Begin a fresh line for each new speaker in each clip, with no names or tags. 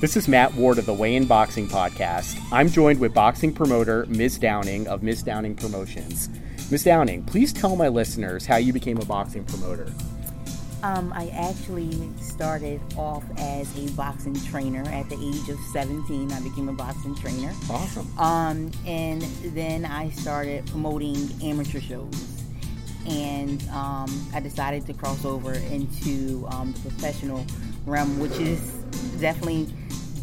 This is Matt Ward of the Way In Boxing Podcast. I'm joined with boxing promoter Ms. Downing of Ms. Downing Promotions. Ms. Downing, please tell my listeners how you became a boxing promoter.
Um, I actually started off as a boxing trainer at the age of 17. I became a boxing trainer.
Awesome.
Um, and then I started promoting amateur shows. And um, I decided to cross over into um, the professional realm, which is definitely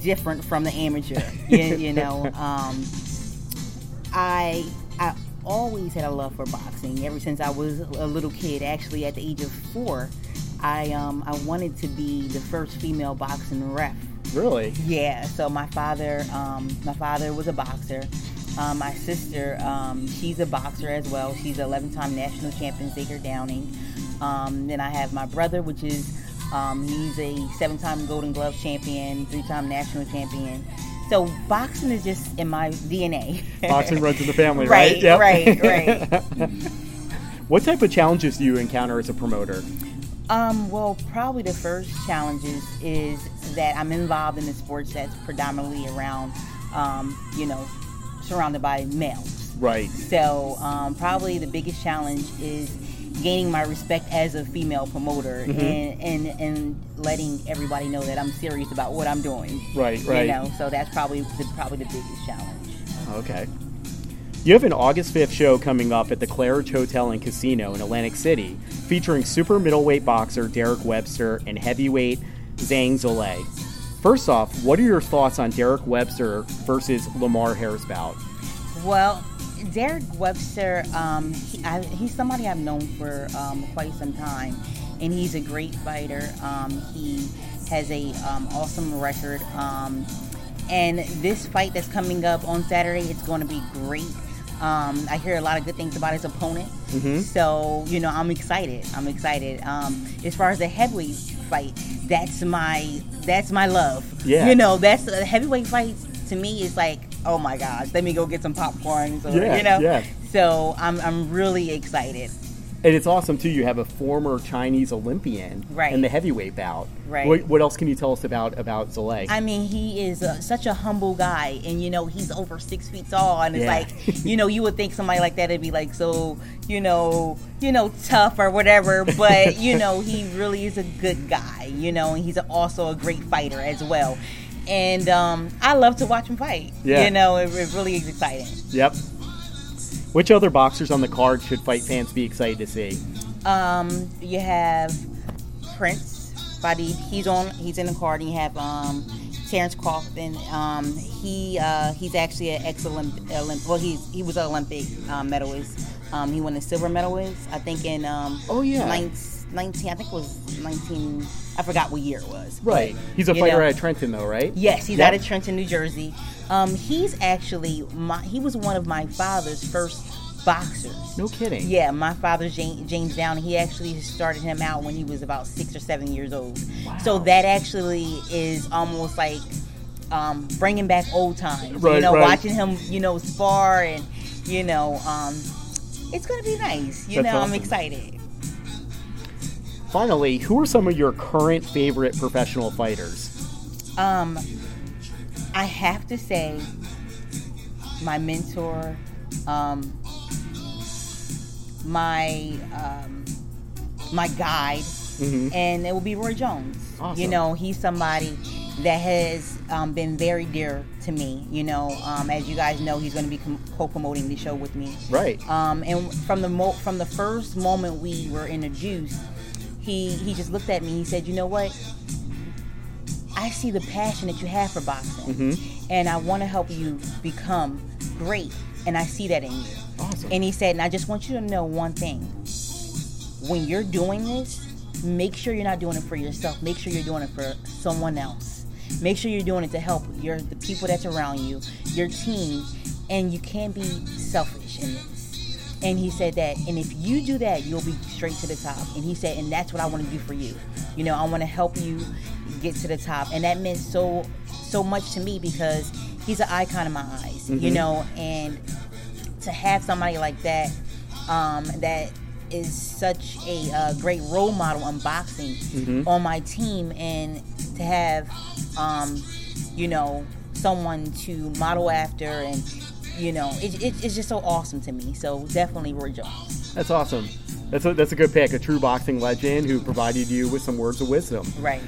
different from the amateur. you, you know, um, I I always had a love for boxing ever since I was a little kid. Actually, at the age of four, I um, I wanted to be the first female boxing ref.
Really?
Yeah. So my father, um, my father was a boxer. Um, my sister, um, she's a boxer as well. She's an 11-time national champion, Zager Downing. Um, then I have my brother, which is um, he's a seven-time Golden Glove champion, three-time national champion. So boxing is just in my DNA.
Boxing runs in the family, right?
Right,
Yep.
right, right.
What type of challenges do you encounter as a promoter?
Um, well, probably the first challenges is that I'm involved in a sports that's predominantly around, um, you know, surrounded by males.
Right.
So um, probably the biggest challenge is gaining my respect as a female promoter
Mm-hmm.
and, and and letting everybody know that I'm serious about what I'm doing.
Right,
You
right.
know, so that's probably the, probably the biggest challenge.
Okay. You have an August 5th show coming up at the Claridge Hotel and Casino in Atlantic City featuring super middleweight boxer Derek Webster and heavyweight Zhang Zolei. First off, what are your thoughts on Derek Webster versus Lamar Harris bout?
Well, Derek Webster, um, he, I, he's somebody I've known for um, quite some time, and he's a great fighter. Um, he has a um, awesome record, um, and this fight that's coming up on Saturday, it's going to be great. Um, I hear a lot of good things about his opponent, so you know I'm excited. I'm excited. Um, as far as the heavyweight fight, that's my that's my love.
Yeah.
you know that's a heavyweight fight to me is like oh my gosh let me go get some popcorn so,
Yeah,
you know
yeah.
so I'm, I'm really excited
And it's awesome too. You have a former Chinese Olympian
Right.
in the heavyweight bout.
Right.
What, what else can you tell us about about Zolei?
I mean, he is uh such a humble guy, and you know, he's over six feet tall, and it's
Yeah.
like, you know, you would think somebody like that would be like so, you know, you know, tough or whatever, but you know, he really is a good guy, you know, and he's also a great fighter as well. And um, I love to watch him fight.
Yeah.
You know, it, it really is exciting.
Yep. Which other boxers on the card should fight fans be excited to see?
Um, you have Prince Buddy. He's on. He's in the card. And you have um, Terrence Crawford. Um, he uh, he's actually an ex Olympic. Well, he's he was an Olympic um, medalist. Um, he won a silver medalist, I think, in um,
Oh, yeah.
19, 19 I think it was nineteen. I forgot what year it was. but,
Right. He's a
you
fighter
know.
out of Trenton, though, right?
Yes, he's
Yep.
out of Trenton, New Jersey. Um, he's actually my. He was one of my father's first boxers.
No kidding.
Yeah, my father James, James Downey. He actually started him out when he was about six or seven years old. So
Wow.
that actually is almost like um, bringing back old times.
Right,
you know,
right.
watching him, you know, spar and you know, um, it's gonna be nice. You
That's
know,
awesome.
I'm excited.
Finally, who are some of your current favorite professional fighters?
Um, I have to say, my mentor, um, my um, my guide, and it will be Roy Jones. You
Awesome.
know, he's somebody that has um, been very dear to me. You know, um, as you guys know, he's going to be com- co-promoting the show with me.
Right.
Um, and from the mo- from the first moment we were introduced, he he just looked at me. He said, "You know what? I see the passion that you have for boxing, and I want to help you become great. And I see that in you."
Awesome.
And he said, "And I just want you to know one thing: when you're doing this, make sure you're not doing it for yourself. Make sure you're doing it for someone else. Make sure you're doing it to help your the people that's around you, your team, and you can't be selfish in this. And he said that, and if you do that, you'll be straight to the top. And he said, and that's what I want to do for you. You know, I want to help you get to the top, and that meant so so much to me because he's an icon in my eyes. You know, and to have somebody like that um, that is such
Mm-hmm.
a uh, great role model in boxing on my team and to have um, you know, someone to model after, and you know, it, it, it's just so awesome to me. So definitely Roy Jones.
That's awesome. That's a, that's a good pick. A true boxing legend who provided you with some words of wisdom.
Right.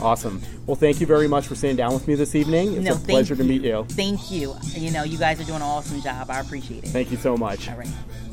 Awesome. Well, thank you very much for sitting down with me this evening. It's
No,
a
thank
pleasure to
you.
meet you.
Thank you. You know, you guys are doing an awesome job. I appreciate it.
Thank you so much.
All right.